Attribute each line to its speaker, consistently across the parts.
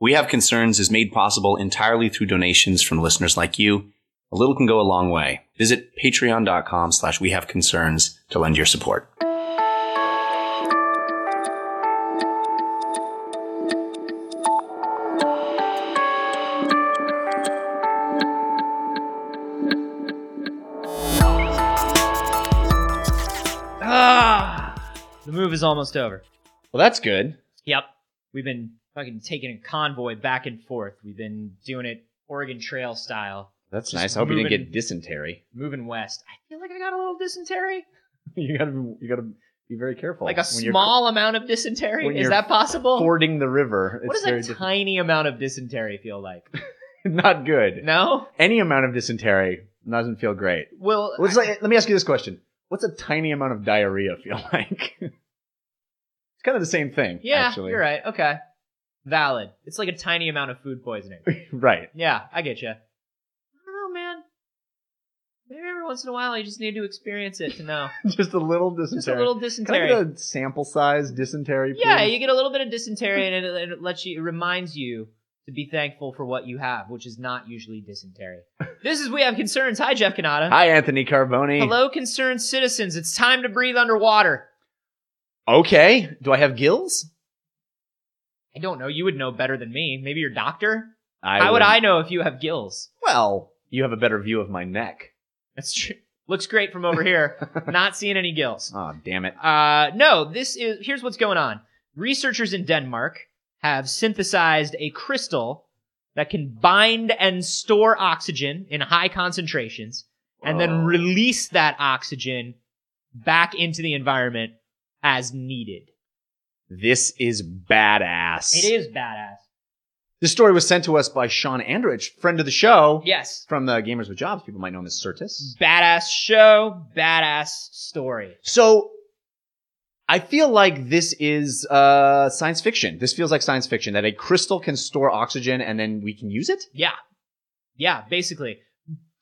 Speaker 1: We Have Concerns is made possible entirely through donations from listeners like you. A little can go a long way. Visit patreon.com slash we have concerns to lend your support.
Speaker 2: Ah, the move is almost over.
Speaker 1: Well, that's good.
Speaker 2: Yep, we've been fucking taking a convoy back and forth. We've been doing it Oregon Trail style,
Speaker 1: That's
Speaker 2: Just
Speaker 1: nice. I hope you didn't
Speaker 2: moving-
Speaker 1: get dysentery.
Speaker 2: moving west. I feel like I got a little dysentery,
Speaker 3: you gotta be, you gotta be very careful.
Speaker 2: like a
Speaker 3: when you're
Speaker 2: small amount of dysentery.
Speaker 3: when
Speaker 2: Is
Speaker 3: you're
Speaker 2: that possible?
Speaker 3: fording the river. It's
Speaker 2: what does a
Speaker 3: very
Speaker 2: tiny amount of dysentery feel like?
Speaker 3: diff- not good.
Speaker 2: No.
Speaker 3: Any amount of dysentery doesn't feel great.
Speaker 2: Well,
Speaker 3: What's like, let me ask you this question: What's a tiny amount of diarrhea feel like? it's kind of the same thing.
Speaker 2: yeah,
Speaker 3: actually.
Speaker 2: you're right. Okay, valid. It's like a tiny amount of food poisoning.
Speaker 3: Right.
Speaker 2: Yeah, I get you. I don't know, man. Maybe every once in a while you just need to experience it to know.
Speaker 3: Just a little dysentery.
Speaker 2: just a little
Speaker 3: Can I
Speaker 2: dysentery.
Speaker 3: get a sample size dysentery? Please?
Speaker 2: yeah, you get a little bit of dysentery, and it, and it lets you. It reminds you to be thankful for what you have, which is not usually dysentery. this is we have concerns. Hi, Jeff Canada.
Speaker 3: Hi, Anthony Carboni.
Speaker 2: Hello, concerned citizens. It's time to breathe underwater.
Speaker 3: Okay. Do I have gills?
Speaker 2: I don't know. You would know better than me. Maybe your doctor.
Speaker 3: I
Speaker 2: How would I know if you have gills?
Speaker 3: Well, you have a better view of my neck.
Speaker 2: That's true. Looks great from over here. Not seeing any gills.
Speaker 3: Oh, damn it.
Speaker 2: Uh, no, this is here's what's going on. Researchers in Denmark have synthesized a crystal that can bind and store oxygen in high concentrations and then
Speaker 3: Whoa.
Speaker 2: release that oxygen back into the environment as needed.
Speaker 3: This is badass.
Speaker 2: It is badass.
Speaker 3: This story was sent to us by Sean Andrich, friend of the show
Speaker 2: Yes.
Speaker 3: from the Gamers with Jobs. People might know him as
Speaker 2: Mm.
Speaker 3: Certus.
Speaker 2: Badass show, badass story.
Speaker 3: So I feel like this is uh, science fiction. This feels like science fiction that a crystal can store oxygen and then we can use it.
Speaker 2: Yeah. Yeah, basically.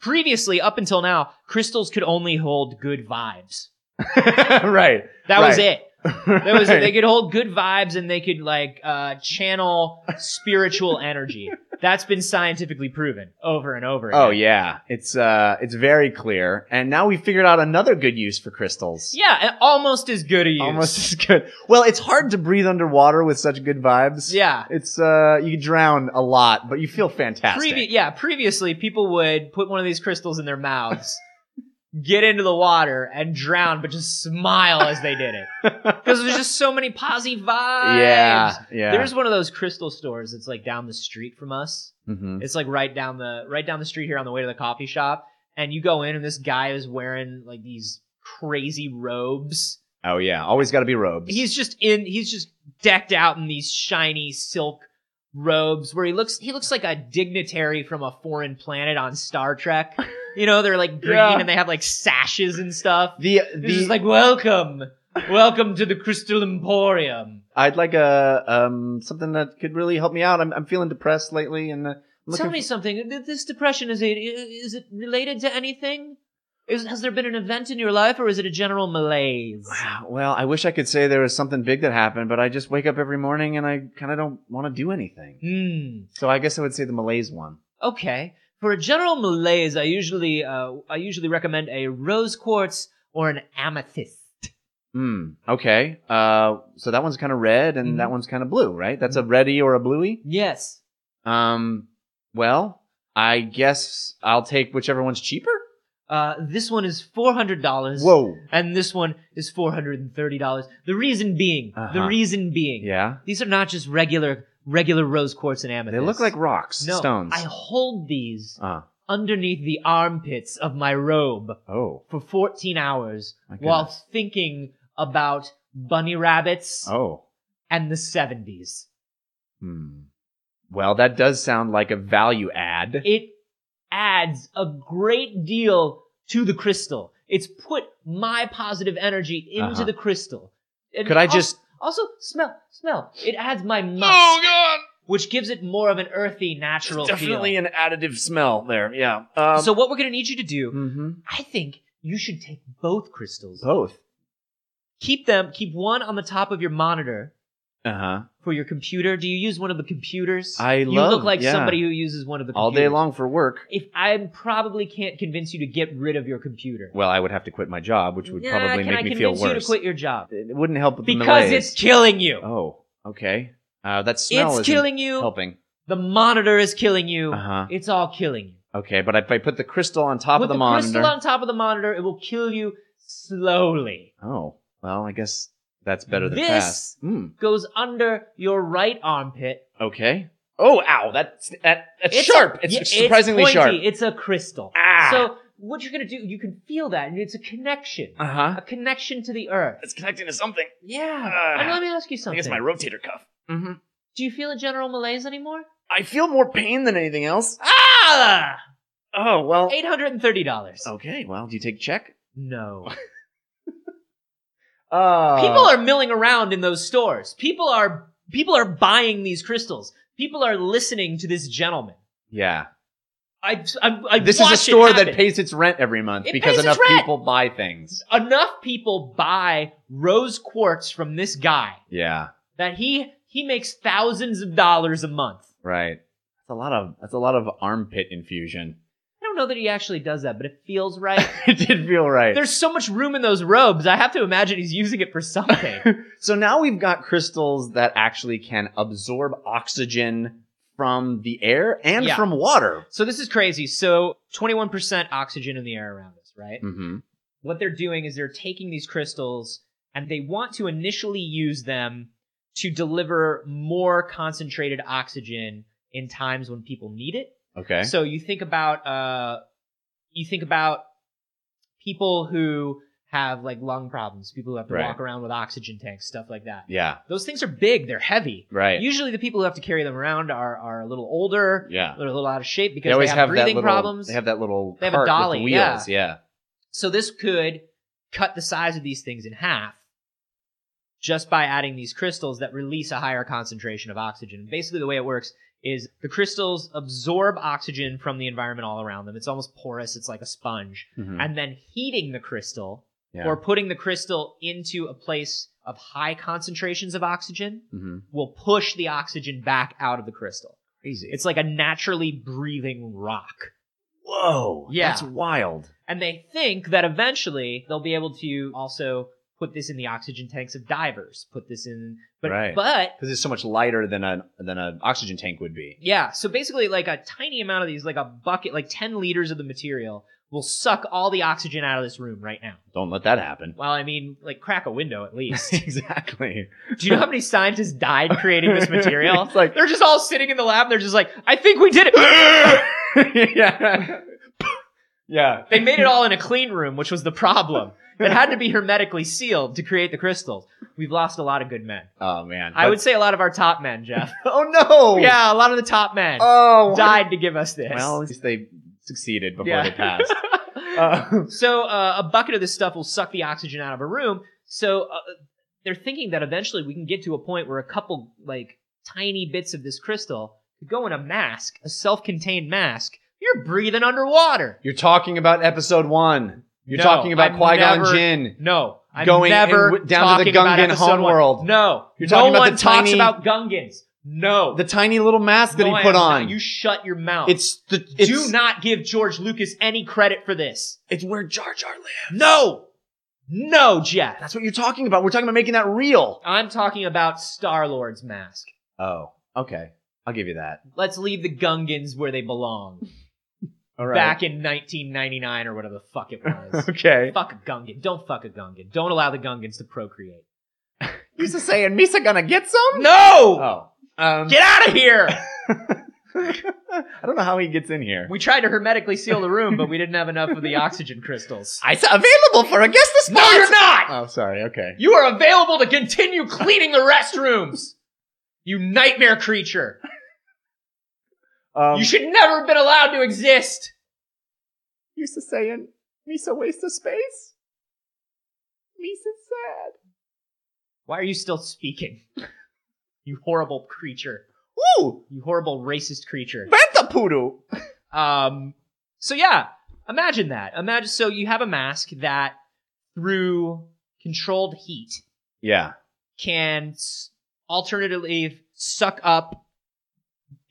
Speaker 2: Previously, up until now, crystals could only hold good vibes.
Speaker 3: right.
Speaker 2: That
Speaker 3: Right.
Speaker 2: was it. That was it. They could hold good vibes and they could like uh, channel spiritual energy. That's been scientifically proven over and over. Again.
Speaker 3: Oh yeah, it's uh, it's very clear, and now we figured out another good use for crystals.
Speaker 2: yeah, and almost as good a use.
Speaker 3: almost as good. Well, it's hard to breathe underwater with such good vibes.
Speaker 2: Yeah.
Speaker 3: It's uh, you drown a lot, but you feel fantastic.
Speaker 2: Previ- yeah. Previously, people would put one of these crystals in their mouths, get into the water, and drown, but just smile as they did it because there's just so many positive vibes.
Speaker 3: yeah, yeah.
Speaker 2: There's one of those crystal stores that's like down the street from us.
Speaker 3: Mhm.
Speaker 2: It's like right down the right down the street here on the way to the coffee shop, and you go in and this guy is wearing like these crazy robes.
Speaker 3: Oh yeah, always got to be robes.
Speaker 2: He's just in he's just decked out in these shiny silk robes where he looks he looks like a dignitary from a foreign planet on Star Trek. You know, they're like green
Speaker 3: Yeah.
Speaker 2: and they have like sashes and stuff.
Speaker 3: the
Speaker 2: He's
Speaker 3: the
Speaker 2: just like welcome. Welcome to the Crystal Emporium.
Speaker 3: I'd like a um something that could really help me out. I'm I'm feeling depressed lately, and uh, I'm looking
Speaker 2: Tell me something. Th- This depression is it is it related to anything? Is, has there been an event in your life, or is it a general malaise?
Speaker 3: Wow. Well, I wish I could say there was something big that happened, but I just wake up every morning and I kind of don't want to do anything.
Speaker 2: Hmm.
Speaker 3: So I guess I would say the malaise one.
Speaker 2: Okay. For a general malaise, I usually uh, I usually recommend a rose quartz or an amethyst.
Speaker 3: Hmm. Okay. Uh. So that one's kind of red, and that
Speaker 2: Mhm.
Speaker 3: one's kind of blue, right? That's a
Speaker 2: Mm-hmm.
Speaker 3: reddy or a bluey.
Speaker 2: Yes.
Speaker 3: Um. Well, I guess I'll take whichever one's cheaper.
Speaker 2: Uh, this one is four hundred dollars.
Speaker 3: Whoa.
Speaker 2: And this one is four hundred and thirty dollars. The reason being, the
Speaker 3: Uh-huh.
Speaker 2: reason being,
Speaker 3: Yeah.
Speaker 2: these are not just regular regular rose quartz and
Speaker 3: They
Speaker 2: amethyst.
Speaker 3: look like rocks,
Speaker 2: no,
Speaker 3: stones.
Speaker 2: I hold these
Speaker 3: Uh,
Speaker 2: underneath the armpits of my robe
Speaker 3: oh.
Speaker 2: for 14 hours
Speaker 3: My goodness.
Speaker 2: while thinking about bunny rabbits
Speaker 3: Oh.
Speaker 2: and the 70s.
Speaker 3: Hmm. Well, that does sound like a value add.
Speaker 2: It adds a great deal to the crystal. It's put my positive energy into
Speaker 3: Uh-huh.
Speaker 2: the crystal. And
Speaker 3: Could I
Speaker 2: al-
Speaker 3: just?
Speaker 2: also, smell smell? It adds my musk,
Speaker 3: Oh, God!
Speaker 2: which gives it more of an earthy, natural
Speaker 3: Definitely
Speaker 2: feel.
Speaker 3: an additive smell there. Yeah. Um,
Speaker 2: so what we're gonna need you to do,
Speaker 3: hmm
Speaker 2: I think you should take both crystals
Speaker 3: both.
Speaker 2: keep them keep one on the top of your monitor
Speaker 3: Uh huh.
Speaker 2: for your computer? Do you use one of the computers?
Speaker 3: I
Speaker 2: you
Speaker 3: love-
Speaker 2: look like
Speaker 3: yeah.
Speaker 2: somebody who uses one of the
Speaker 3: All
Speaker 2: computers.
Speaker 3: day long for work.
Speaker 2: If I probably can't convince you to get rid of your computer,
Speaker 3: Well, I would have to quit my job, which would
Speaker 2: Nah,
Speaker 3: probably
Speaker 2: can I
Speaker 3: make me feel
Speaker 2: convince you to
Speaker 3: worse.
Speaker 2: quit your job
Speaker 3: It wouldn't help with the
Speaker 2: because
Speaker 3: malaise.
Speaker 2: it's killing you.
Speaker 3: Oh, okay. Uh, that smell
Speaker 2: it's
Speaker 3: is
Speaker 2: killing you.
Speaker 3: helping.
Speaker 2: The monitor is killing you.
Speaker 3: Uh huh.
Speaker 2: It's all killing you.
Speaker 3: Okay, but if I put the crystal on top
Speaker 2: With
Speaker 3: of the,
Speaker 2: the
Speaker 3: monitor.
Speaker 2: crystal on top of the monitor, it will kill you slowly.
Speaker 3: oh, well, I guess that's better than
Speaker 2: This-
Speaker 3: past. Hmm.
Speaker 2: Goes under your right armpit.
Speaker 3: Okay. Oh, ow! That's that, that's
Speaker 2: It's
Speaker 3: sharp.
Speaker 2: a-
Speaker 3: it's
Speaker 2: yeah,
Speaker 3: surprisingly
Speaker 2: pointy.
Speaker 3: sharp.
Speaker 2: It's a crystal.
Speaker 3: Ah.
Speaker 2: So what you're gonna do? You can feel that, and it's a connection,
Speaker 3: Uh huh.
Speaker 2: a connection to the earth.
Speaker 3: It's connecting to something.
Speaker 2: Yeah.
Speaker 3: Ah.
Speaker 2: and let me ask you something.
Speaker 3: rotator cuff. Mm-hmm.
Speaker 2: Do you feel a general malaise anymore?
Speaker 3: I feel more pain than anything else.
Speaker 2: Ah!
Speaker 3: Oh well.
Speaker 2: Eight hundred and thirty dollars.
Speaker 3: Okay. Well, do you take check?
Speaker 2: No.
Speaker 3: Uh,
Speaker 2: people are milling around in those stores. People are people are buying these crystals. People are listening to this gentleman.
Speaker 3: Yeah.
Speaker 2: I, I, I
Speaker 3: This is
Speaker 2: watch
Speaker 3: a
Speaker 2: it
Speaker 3: store that
Speaker 2: happen.
Speaker 3: pays its rent every month
Speaker 2: It
Speaker 3: because
Speaker 2: pays its
Speaker 3: enough
Speaker 2: rent.
Speaker 3: people buy things.
Speaker 2: enough people buy rose quartz from this guy
Speaker 3: Yeah.
Speaker 2: that he he makes thousands of dollars a month.
Speaker 3: Right. That's a lot of that's a lot of armpit infusion.
Speaker 2: I don't know that he actually does that, but it feels right.
Speaker 3: it did feel right.
Speaker 2: There's so much room in those robes. I have to imagine he's using it for something.
Speaker 3: so now we've got crystals that actually can absorb oxygen from the air and
Speaker 2: Yeah.
Speaker 3: from water.
Speaker 2: So this is crazy. So 21% oxygen in the air around us, right?
Speaker 3: Mm-hmm.
Speaker 2: What they're doing is they're taking these crystals and they want to initially use them to deliver more concentrated oxygen in times when people need it.
Speaker 3: Okay.
Speaker 2: So you think about uh you think about people who have like lung problems, people who have to
Speaker 3: Right.
Speaker 2: walk around with oxygen tanks, stuff like that.
Speaker 3: yeah.
Speaker 2: Those things are big, they're heavy.
Speaker 3: Right.
Speaker 2: Usually the people who have to carry them around are are a little older,
Speaker 3: yeah.
Speaker 2: they're a little out of shape
Speaker 3: They
Speaker 2: because they
Speaker 3: always
Speaker 2: have,
Speaker 3: have, that
Speaker 2: breathing
Speaker 3: little.
Speaker 2: problems.
Speaker 3: They have that little.
Speaker 2: They have a
Speaker 3: cart with the
Speaker 2: dolly, yeah.
Speaker 3: wheels. Yeah.
Speaker 2: so this could cut the size of these things in half just by adding these crystals that release a higher concentration of oxygen. Basically, the way it works is the crystals absorb oxygen from the environment all around them. It's almost porous. It's like a sponge.
Speaker 3: Mhm.
Speaker 2: And then heating the crystal
Speaker 3: Yeah.
Speaker 2: or putting the crystal into a place of high concentrations of oxygen
Speaker 3: Mhm.
Speaker 2: will push the oxygen back out of the crystal.
Speaker 3: Crazy.
Speaker 2: It's like a naturally breathing rock.
Speaker 3: whoa.
Speaker 2: Yeah.
Speaker 3: That's wild.
Speaker 2: And they think that eventually they'll be able to also put this in the oxygen tanks of divers, put this in but
Speaker 3: Right.
Speaker 2: but
Speaker 3: Because it's so much lighter than an than an oxygen tank would be.
Speaker 2: yeah, so basically like a tiny amount of these like a bucket like 10 liters of the material will suck all the oxygen out of this room right now.
Speaker 3: Don't let that happen.
Speaker 2: Well, I mean, like crack a window at least.
Speaker 3: exactly.
Speaker 2: Do you know how many scientists died creating this material?
Speaker 3: it's like.
Speaker 2: They're just all sitting in the lab. They're just like, I think we did it.
Speaker 3: yeah. yeah.
Speaker 2: They made it all in a clean room, which was the problem. It had to be hermetically sealed to create the crystals. We've lost a lot of good men.
Speaker 3: Oh man.
Speaker 2: I would say a lot of our top men, Jeff.
Speaker 3: Oh no.
Speaker 2: Yeah, a lot of the top men
Speaker 3: Oh.
Speaker 2: died to give us this.
Speaker 3: Well, at least they succeeded before
Speaker 2: Yeah.
Speaker 3: they passed. Uh,
Speaker 2: so uh, a bucket of this stuff will suck the oxygen out of a room. So uh, they're thinking that eventually we can get to a point where a couple like tiny bits of this crystal could go in a mask, a self-contained mask. You're breathing underwater.
Speaker 3: you're talking about episode one. You're
Speaker 2: No,
Speaker 3: talking about
Speaker 2: I'm
Speaker 3: Qui Gon
Speaker 2: never-
Speaker 3: Jinn.
Speaker 2: No, I'm
Speaker 3: Going
Speaker 2: never
Speaker 3: in w- down to the
Speaker 2: talking about
Speaker 3: Gungan
Speaker 2: episode
Speaker 3: homeworld.
Speaker 2: One. No,
Speaker 3: You're
Speaker 2: no
Speaker 3: talking about
Speaker 2: one
Speaker 3: the
Speaker 2: talks
Speaker 3: tiny-
Speaker 2: about Gungans. No,
Speaker 3: The tiny little mask that
Speaker 2: No, I
Speaker 3: he put
Speaker 2: am not.
Speaker 3: on.
Speaker 2: You shut your mouth.
Speaker 3: it's the it's,
Speaker 2: Do not give George Lucas any credit for this.
Speaker 3: it's where Jar Jar lives.
Speaker 2: No, no, Jeff.
Speaker 3: That's what you're talking about. We're talking about making that real.
Speaker 2: I'm talking about Star Lord's mask.
Speaker 3: Oh, okay. I'll give you that.
Speaker 2: Let's leave the Gungans where they belong.
Speaker 3: All right.
Speaker 2: Back in 1999 or whatever the fuck it was.
Speaker 3: Okay.
Speaker 2: fuck a Gungan. Don't fuck a Gungan. Don't allow the Gungans to procreate.
Speaker 3: You just saying Misa gonna get some?
Speaker 2: No!
Speaker 3: Oh. Um,
Speaker 2: Get out of here!
Speaker 3: I don't know how he gets in here.
Speaker 2: we tried to hermetically seal the room, but we didn't have enough of the oxygen crystals.
Speaker 3: I said available for a guest this
Speaker 2: no, you're not!
Speaker 3: Oh, sorry. Okay.
Speaker 2: You are available to continue cleaning the restrooms! You nightmare creature!
Speaker 3: Um,
Speaker 2: you should never have been allowed to exist.
Speaker 3: used to saying Misa waste of space. Misa's sad.
Speaker 2: Why are you still speaking? You horrible creature.
Speaker 3: Woo!
Speaker 2: You horrible racist creature.
Speaker 3: Banta Poodoo.
Speaker 2: Um so yeah, imagine that. Imagine so you have a mask that through controlled heat
Speaker 3: Yeah.
Speaker 2: can s- alternatively suck up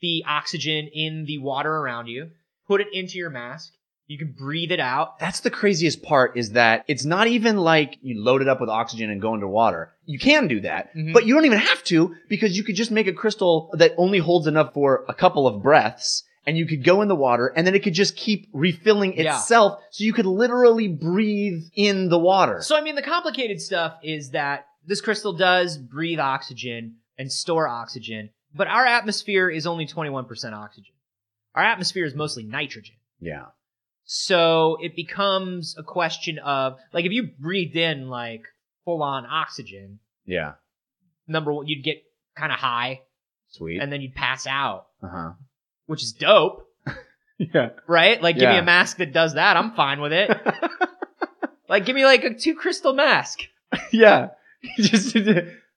Speaker 2: the oxygen in the water around you, put it into your mask. You can breathe it out.
Speaker 3: That's the craziest part is that it's not even like you load it up with oxygen and go into water. You can do that,
Speaker 2: Mhm.
Speaker 3: but you don't even have to because you could just make a crystal that only holds enough for a couple of breaths and you could go in the water and then it could just keep refilling
Speaker 2: Yeah.
Speaker 3: itself so you could literally breathe in the water.
Speaker 2: So I mean, the complicated stuff is that this crystal does breathe oxygen and store oxygen, but our atmosphere is only 21% oxygen. Our atmosphere is mostly nitrogen.
Speaker 3: yeah.
Speaker 2: So it becomes a question of like if you breathed in like full on oxygen,
Speaker 3: Yeah.
Speaker 2: number one, you'd get kind of high
Speaker 3: Sweet.
Speaker 2: and then you'd pass out,
Speaker 3: uh-huh.
Speaker 2: which is dope,
Speaker 3: Yeah.
Speaker 2: right? Like give me
Speaker 3: Yeah.
Speaker 2: a mask that does that. I'm fine with it. like give me like a two crystal mask.
Speaker 3: yeah. just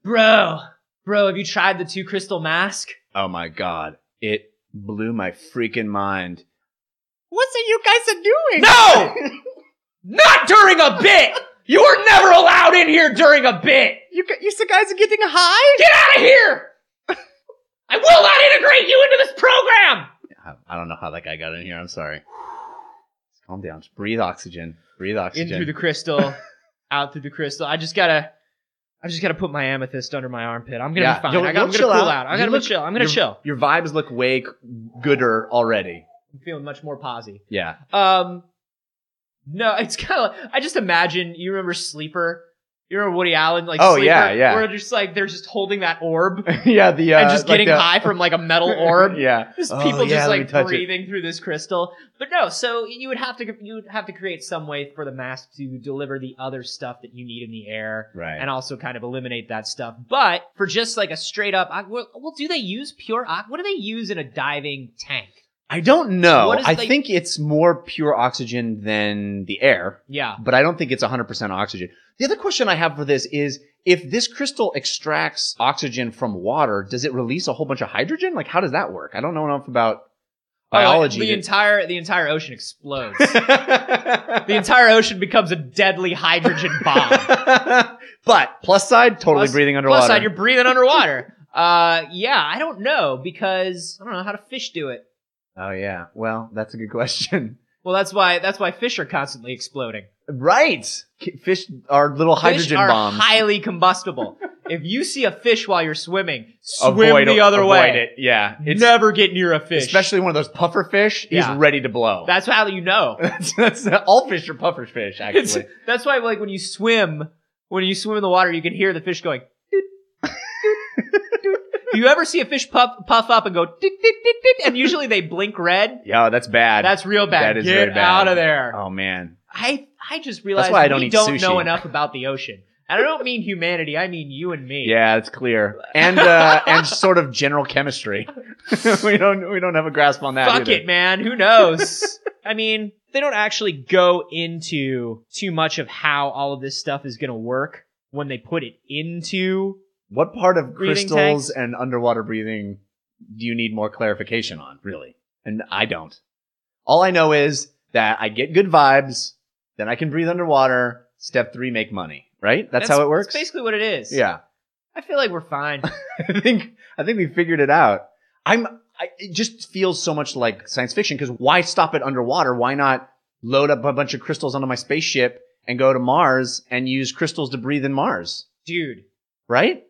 Speaker 2: Bro, bro, have you tried the two crystal mask?
Speaker 3: Oh my god. It blew my freaking mind.
Speaker 2: What are you guys doing? No! Not during a bit! You were never allowed in here during a bit!
Speaker 3: You you guys are getting high?
Speaker 2: Get out of here! I will not integrate you into this program!
Speaker 3: I- I don't know how that guy got in here. I'm sorry. Just calm down. Just breathe oxygen. Breathe
Speaker 2: In
Speaker 3: oxygen.
Speaker 2: through the crystal, out through the crystal. I just gotta. I just gotta put my amethyst under my armpit. I'm gonna
Speaker 3: Yeah,
Speaker 2: be fine.
Speaker 3: you'll-
Speaker 2: I got,
Speaker 3: you'll
Speaker 2: I'm
Speaker 3: chill
Speaker 2: gonna cool
Speaker 3: out.
Speaker 2: out. I
Speaker 3: You
Speaker 2: gotta
Speaker 3: look-
Speaker 2: be chill. I'm gonna
Speaker 3: your,
Speaker 2: chill.
Speaker 3: Your vibes look way gooder already.
Speaker 2: I'm feeling much more posy.
Speaker 3: Yeah.
Speaker 2: Um, no, it's kind of. I just imagine. You remember Sleeper? You remember Woody Allen? Like
Speaker 3: Oh,
Speaker 2: Sleeper,
Speaker 3: yeah, yeah.
Speaker 2: Where just like they're just holding that orb
Speaker 3: yeah. The uh,
Speaker 2: and just
Speaker 3: like
Speaker 2: getting
Speaker 3: the-
Speaker 2: high from like a metal orb.
Speaker 3: yeah.
Speaker 2: Just
Speaker 3: Oh,
Speaker 2: people
Speaker 3: yeah,
Speaker 2: just
Speaker 3: let me
Speaker 2: like
Speaker 3: touch it.
Speaker 2: breathing through this crystal. But no, so you would have to you would have to create some way for the mask to deliver the other stuff that you need in the air.
Speaker 3: Right.
Speaker 2: And also kind of eliminate that stuff. But for just like a straight up, I, well, well, do they use pure? ox- What do they use in a diving tank?
Speaker 3: I don't know.
Speaker 2: What is
Speaker 3: I
Speaker 2: the-
Speaker 3: think it's more pure oxygen than the air.
Speaker 2: Yeah.
Speaker 3: but I don't think it's 100% oxygen. The other question I have for this is if this crystal extracts oxygen from water, does it release a whole bunch of hydrogen? Like, how does that work? I don't know enough about biology.
Speaker 2: Oh, the
Speaker 3: to-
Speaker 2: entire the entire ocean explodes. the entire ocean becomes a deadly hydrogen bomb.
Speaker 3: but plus side, totally
Speaker 2: Plus-
Speaker 3: breathing underwater.
Speaker 2: Plus side, you're breathing underwater. Uh, yeah, I don't know because I don't know how do fish do it.
Speaker 3: oh, yeah. Well, that's a good question.
Speaker 2: Well, that's why that's why fish are constantly exploding.
Speaker 3: Right. K- Fish are little
Speaker 2: fish
Speaker 3: hydrogen
Speaker 2: are
Speaker 3: bombs.
Speaker 2: highly combustible. if you see a fish while you're swimming, swim
Speaker 3: Avoid-
Speaker 2: the other
Speaker 3: avoid
Speaker 2: way.
Speaker 3: it. Yeah. It's,
Speaker 2: Never get near a fish.
Speaker 3: especially one of those puffer fish.
Speaker 2: Yeah.
Speaker 3: He's ready to blow.
Speaker 2: that's how you know.
Speaker 3: that's, that's all fish are puffer fish, actually.
Speaker 2: It's- that's why like when you swim, when you swim in the water, you can hear the fish going. "Doot, doot, doot." Do you ever see a fish puff, puff up and go, "Doot, doot, doot, doot," and usually they blink red?
Speaker 3: Yeah, that's bad.
Speaker 2: That's real
Speaker 3: That
Speaker 2: bad.
Speaker 3: is
Speaker 2: Get
Speaker 3: very bad.
Speaker 2: out of there.
Speaker 3: oh man.
Speaker 2: I I just realized
Speaker 3: why I don't
Speaker 2: we
Speaker 3: eat
Speaker 2: don't
Speaker 3: sushi.
Speaker 2: know enough about the ocean. And I don't mean humanity, I mean you and me.
Speaker 3: Yeah, it's clear. And uh, and sort of general chemistry. we don't we don't have a grasp on that.
Speaker 2: Fuck
Speaker 3: either.
Speaker 2: it, man. Who knows? I mean, they don't actually go into too much of how all of this stuff is going to work when they put it into.
Speaker 3: What part of
Speaker 2: Breathing
Speaker 3: crystals
Speaker 2: tanks?
Speaker 3: and underwater breathing do you need more clarification on, really? And I don't. All I know is that I get good vibes, then I can breathe underwater. Step three, make money. Right? That's, how it works.
Speaker 2: That's basically what it is.
Speaker 3: yeah.
Speaker 2: I feel like we're fine.
Speaker 3: I think I think we figured it out. I'm I, it just feels so much like science fiction because why stop it underwater? Why not load up a bunch of crystals onto my spaceship and go to Mars and use crystals to breathe in Mars?
Speaker 2: Dude,
Speaker 3: Right?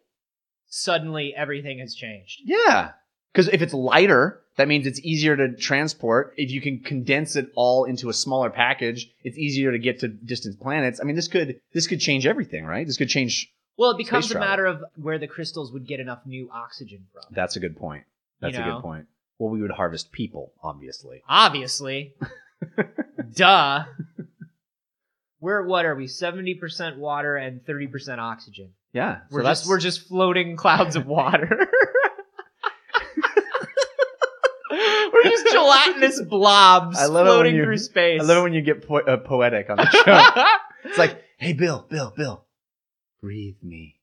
Speaker 2: suddenly everything has changed.
Speaker 3: Yeah. Because if it's lighter, that means it's easier to transport. If you can condense it all into a smaller package, it's easier to get to distant planets. I mean, this could this could change everything, right? This could change.
Speaker 2: Well, it becomes
Speaker 3: Space
Speaker 2: a
Speaker 3: travel.
Speaker 2: matter of where the crystals would get enough new oxygen from.
Speaker 3: That's a good point. That's
Speaker 2: You
Speaker 3: a
Speaker 2: know.
Speaker 3: good point. Well, we would harvest people, obviously.
Speaker 2: Obviously. Duh. We're what are we? 70% water and 30% oxygen.
Speaker 3: Yeah. so
Speaker 2: We're
Speaker 3: that's-
Speaker 2: just we're just floating clouds of water. we're just gelatinous blobs
Speaker 3: I love it when
Speaker 2: floating
Speaker 3: you-
Speaker 2: through space.
Speaker 3: I love it when you get po- uh, poetic on the show. it's like, hey, Bill, Bill, Bill, breathe me.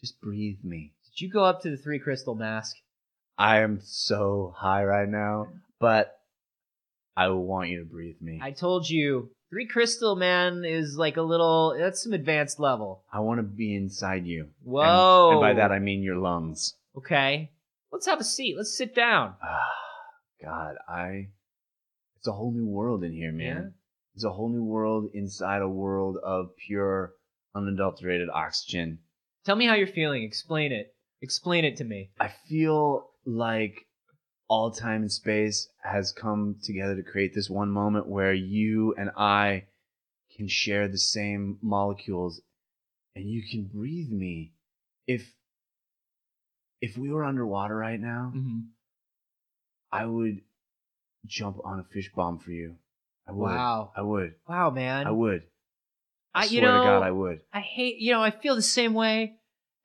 Speaker 3: Just breathe me.
Speaker 2: Did you go up to the three crystal mask?
Speaker 3: I am so high right now, but I want you to breathe me.
Speaker 2: I told you Three crystal, man, is like a little. That's some advanced level.
Speaker 3: I want to be inside you. And-
Speaker 2: Whoa.
Speaker 3: and by that I mean your lungs.
Speaker 2: okay. Let's have a seat. Let's sit down.
Speaker 3: Ah, God, I. It's a whole new world in here, man. It's a whole new world inside a world of pure, unadulterated oxygen.
Speaker 2: Tell me how you're feeling. Explain it. Explain it to me.
Speaker 3: I feel like all time and space has come together to create this one moment where you and I can share the same molecules and you can breathe me. If if we were underwater right now,
Speaker 2: Mm-hmm.
Speaker 3: I would jump on a fish bomb for you. I would.
Speaker 2: Wow.
Speaker 3: I would.
Speaker 2: Wow, man.
Speaker 3: I would. I,
Speaker 2: I-
Speaker 3: swear
Speaker 2: you
Speaker 3: to God,
Speaker 2: know-
Speaker 3: I would.
Speaker 2: I hate, you know, I feel the same way.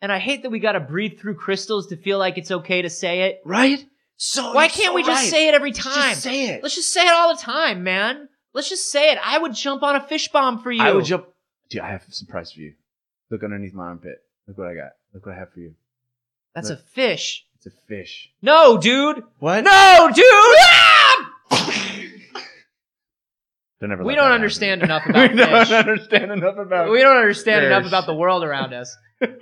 Speaker 2: And I hate that we got to breathe through crystals to feel like it's okay to say it.
Speaker 3: Right? Oh, So
Speaker 2: Why can't we just say it every time?
Speaker 3: Just say it.
Speaker 2: Let's just say it all the time, man. Let's just say it. I would jump on a fish bomb for you.
Speaker 3: I would jump. Dude, I have a surprise for you. Look underneath my armpit. Look what I got. Look what I have for you.
Speaker 2: That's a fish.
Speaker 3: It's a fish.
Speaker 2: No, dude.
Speaker 3: What?
Speaker 2: No, dude.
Speaker 3: Don't ever
Speaker 2: We
Speaker 3: let
Speaker 2: don't
Speaker 3: that
Speaker 2: understand enough
Speaker 3: happen. we
Speaker 2: about
Speaker 3: don't
Speaker 2: fish.
Speaker 3: understand enough about.
Speaker 2: We don't understand enough
Speaker 3: Fish.
Speaker 2: about the world around us.
Speaker 3: I'm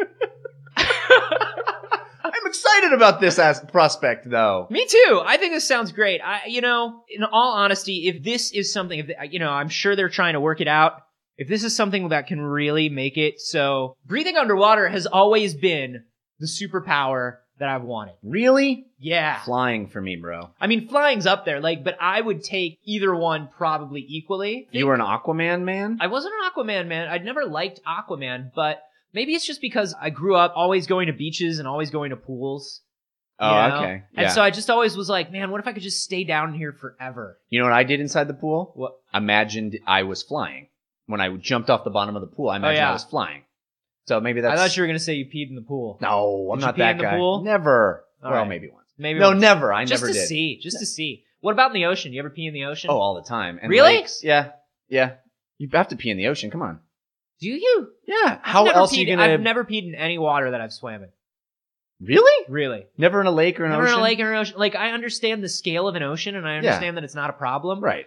Speaker 3: excited about this as prospect, though.
Speaker 2: Me too. I think this sounds great. I, you know, in all honesty, if this is something, if you know, I'm sure they're trying to work it out. If this is something that can really make it so, breathing underwater has always been the superpower that I've wanted.
Speaker 3: Really?
Speaker 2: Yeah.
Speaker 3: Flying for me, bro.
Speaker 2: I mean, flying's up there, like, but I would take either one probably equally.
Speaker 3: You were an Aquaman man.
Speaker 2: I wasn't an Aquaman man. I'd never liked Aquaman, but maybe it's just because I grew up always going to beaches and always going to pools.
Speaker 3: Oh,
Speaker 2: you know? And so I just always was like, man, what if I could just stay down here forever?
Speaker 3: you know what I did inside the pool?
Speaker 2: What?
Speaker 3: Imagined I was flying when I jumped off the bottom of the pool. I imagined
Speaker 2: Oh, yeah.
Speaker 3: I was flying. So maybe that's.
Speaker 2: I thought you were gonna say you peed in the pool.
Speaker 3: No, I'm
Speaker 2: Did you
Speaker 3: not
Speaker 2: pee
Speaker 3: that
Speaker 2: in the
Speaker 3: guy.
Speaker 2: pool?
Speaker 3: Never.
Speaker 2: All
Speaker 3: well,
Speaker 2: right.
Speaker 3: maybe once.
Speaker 2: Maybe
Speaker 3: No,
Speaker 2: once.
Speaker 3: never. I
Speaker 2: just
Speaker 3: never
Speaker 2: to
Speaker 3: did.
Speaker 2: see, just to see. What about in the ocean? You ever pee in the ocean?
Speaker 3: Oh, all the time. And
Speaker 2: Really?
Speaker 3: lakes. Yeah. Yeah. You have to pee in the ocean. Come on.
Speaker 2: do you?
Speaker 3: Yeah.
Speaker 2: I've
Speaker 3: How
Speaker 2: never
Speaker 3: else
Speaker 2: peed,
Speaker 3: are you gonna?
Speaker 2: I've never peed in any water that I've swam in.
Speaker 3: Really?
Speaker 2: Really?
Speaker 3: Never in a lake or an
Speaker 2: Never
Speaker 3: ocean.
Speaker 2: in a lake or an ocean. Like I understand the scale of an ocean, and I understand that it's not a problem.
Speaker 3: Right.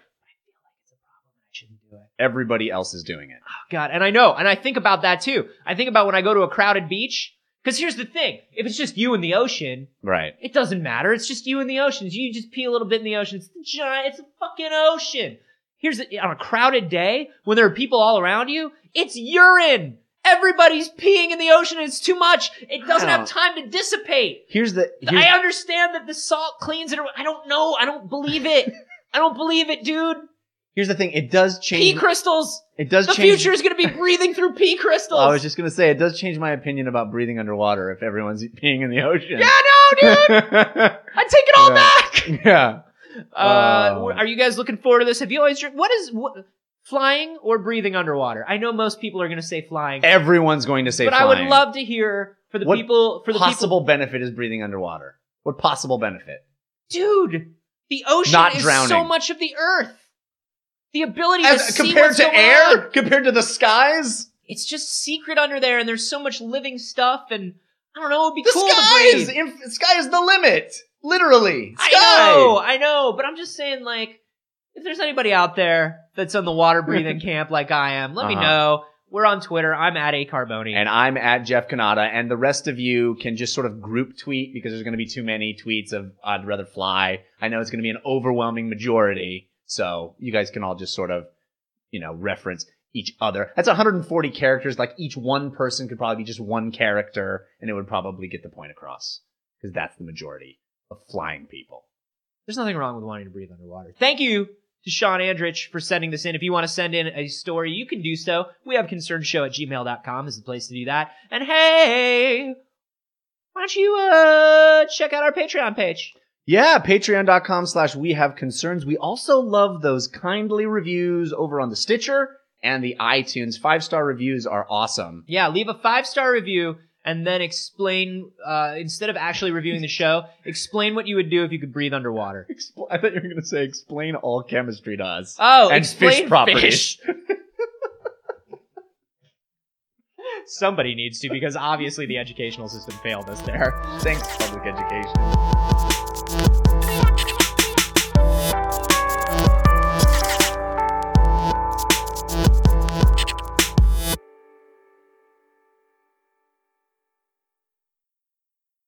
Speaker 2: I shouldn't do it. Oh,
Speaker 3: Everybody else is doing it.
Speaker 2: God, and I know, and I think about that too. I think about when I go to a crowded beach. Because here's the thing: if it's just you in the ocean,
Speaker 3: Right.
Speaker 2: it doesn't matter. It's just you in the ocean. You just pee a little bit in the ocean. It's the giant. It's a fucking ocean. Here's the, on a crowded day when there are people all around you. It's urine. Everybody's peeing in the ocean. And it's too much. It doesn't
Speaker 3: I
Speaker 2: have
Speaker 3: don't-
Speaker 2: time to dissipate.
Speaker 3: Here's the. Here's,
Speaker 2: I understand that the salt cleans it. or- I don't know. I don't believe it. I don't believe it, dude.
Speaker 3: here's the thing. It does
Speaker 2: Pee
Speaker 3: change.
Speaker 2: crystals.
Speaker 3: it does
Speaker 2: The
Speaker 3: change.
Speaker 2: future is going to be breathing through pee crystals.
Speaker 3: I was just gonna say it does change my opinion about breathing underwater if everyone's peeing in the ocean.
Speaker 2: Yeah, no, dude. I take it all
Speaker 3: Yeah.
Speaker 2: back.
Speaker 3: yeah.
Speaker 2: Uh,
Speaker 3: Oh.
Speaker 2: Are you guys looking forward to this? Have you always dreamed? What is what, flying or breathing underwater? I know most people are going to say flying,
Speaker 3: Everyone's going to say.
Speaker 2: but I would
Speaker 3: flying.
Speaker 2: love to hear for the
Speaker 3: What
Speaker 2: people for the
Speaker 3: possible benefit is breathing underwater. What possible benefit?
Speaker 2: people. Dude, the ocean
Speaker 3: Not
Speaker 2: is
Speaker 3: drowning.
Speaker 2: so much of the earth. The ability to
Speaker 3: As
Speaker 2: see
Speaker 3: compared
Speaker 2: what's
Speaker 3: to
Speaker 2: going
Speaker 3: air,
Speaker 2: on.
Speaker 3: compared to the skies.
Speaker 2: it's just secret under there, and there's so much living stuff, and I don't know. It'd be
Speaker 3: The
Speaker 2: cool
Speaker 3: sky
Speaker 2: to
Speaker 3: is
Speaker 2: breathe.
Speaker 3: inf- sky is the limit, literally. Sky.
Speaker 2: I know, I know, but I'm just saying, like, if there's anybody out there that's on the water breathing camp like I am, let me
Speaker 3: Uh-huh.
Speaker 2: know. We're on Twitter. I'm at a Carboni.
Speaker 3: And I'm at Jeff Kanata, and the rest of you can just sort of group tweet because there's going to be too many tweets of "I'd rather fly." I know it's going to be an overwhelming majority, so you guys can all just sort of, you know, reference each other. That's 140 characters. Like each one person could probably be just one character, and it would probably get the point across because that's the majority of flying people.
Speaker 2: there's nothing wrong with wanting to breathe underwater. Thank you to Sean Andrich for sending this in. If you want to send in a story, you can do so. We have concernshow at gmail.com is the place to do that. And hey, why don't you uh, check out our Patreon page?
Speaker 3: Yeah, patreon.com slash we have concerns. We also love those kindly reviews over on the Stitcher and the iTunes. Five star reviews are awesome.
Speaker 2: Yeah, leave a five star review and then explain, uh, instead of actually reviewing the show, explain what you would do if you could breathe underwater.
Speaker 3: Expl- I thought you were going to say explain all chemistry to us.
Speaker 2: Oh,
Speaker 3: And
Speaker 2: explain
Speaker 3: fish properties.
Speaker 2: fish. Somebody needs to because obviously the educational system failed us there.
Speaker 3: Thanks, public education.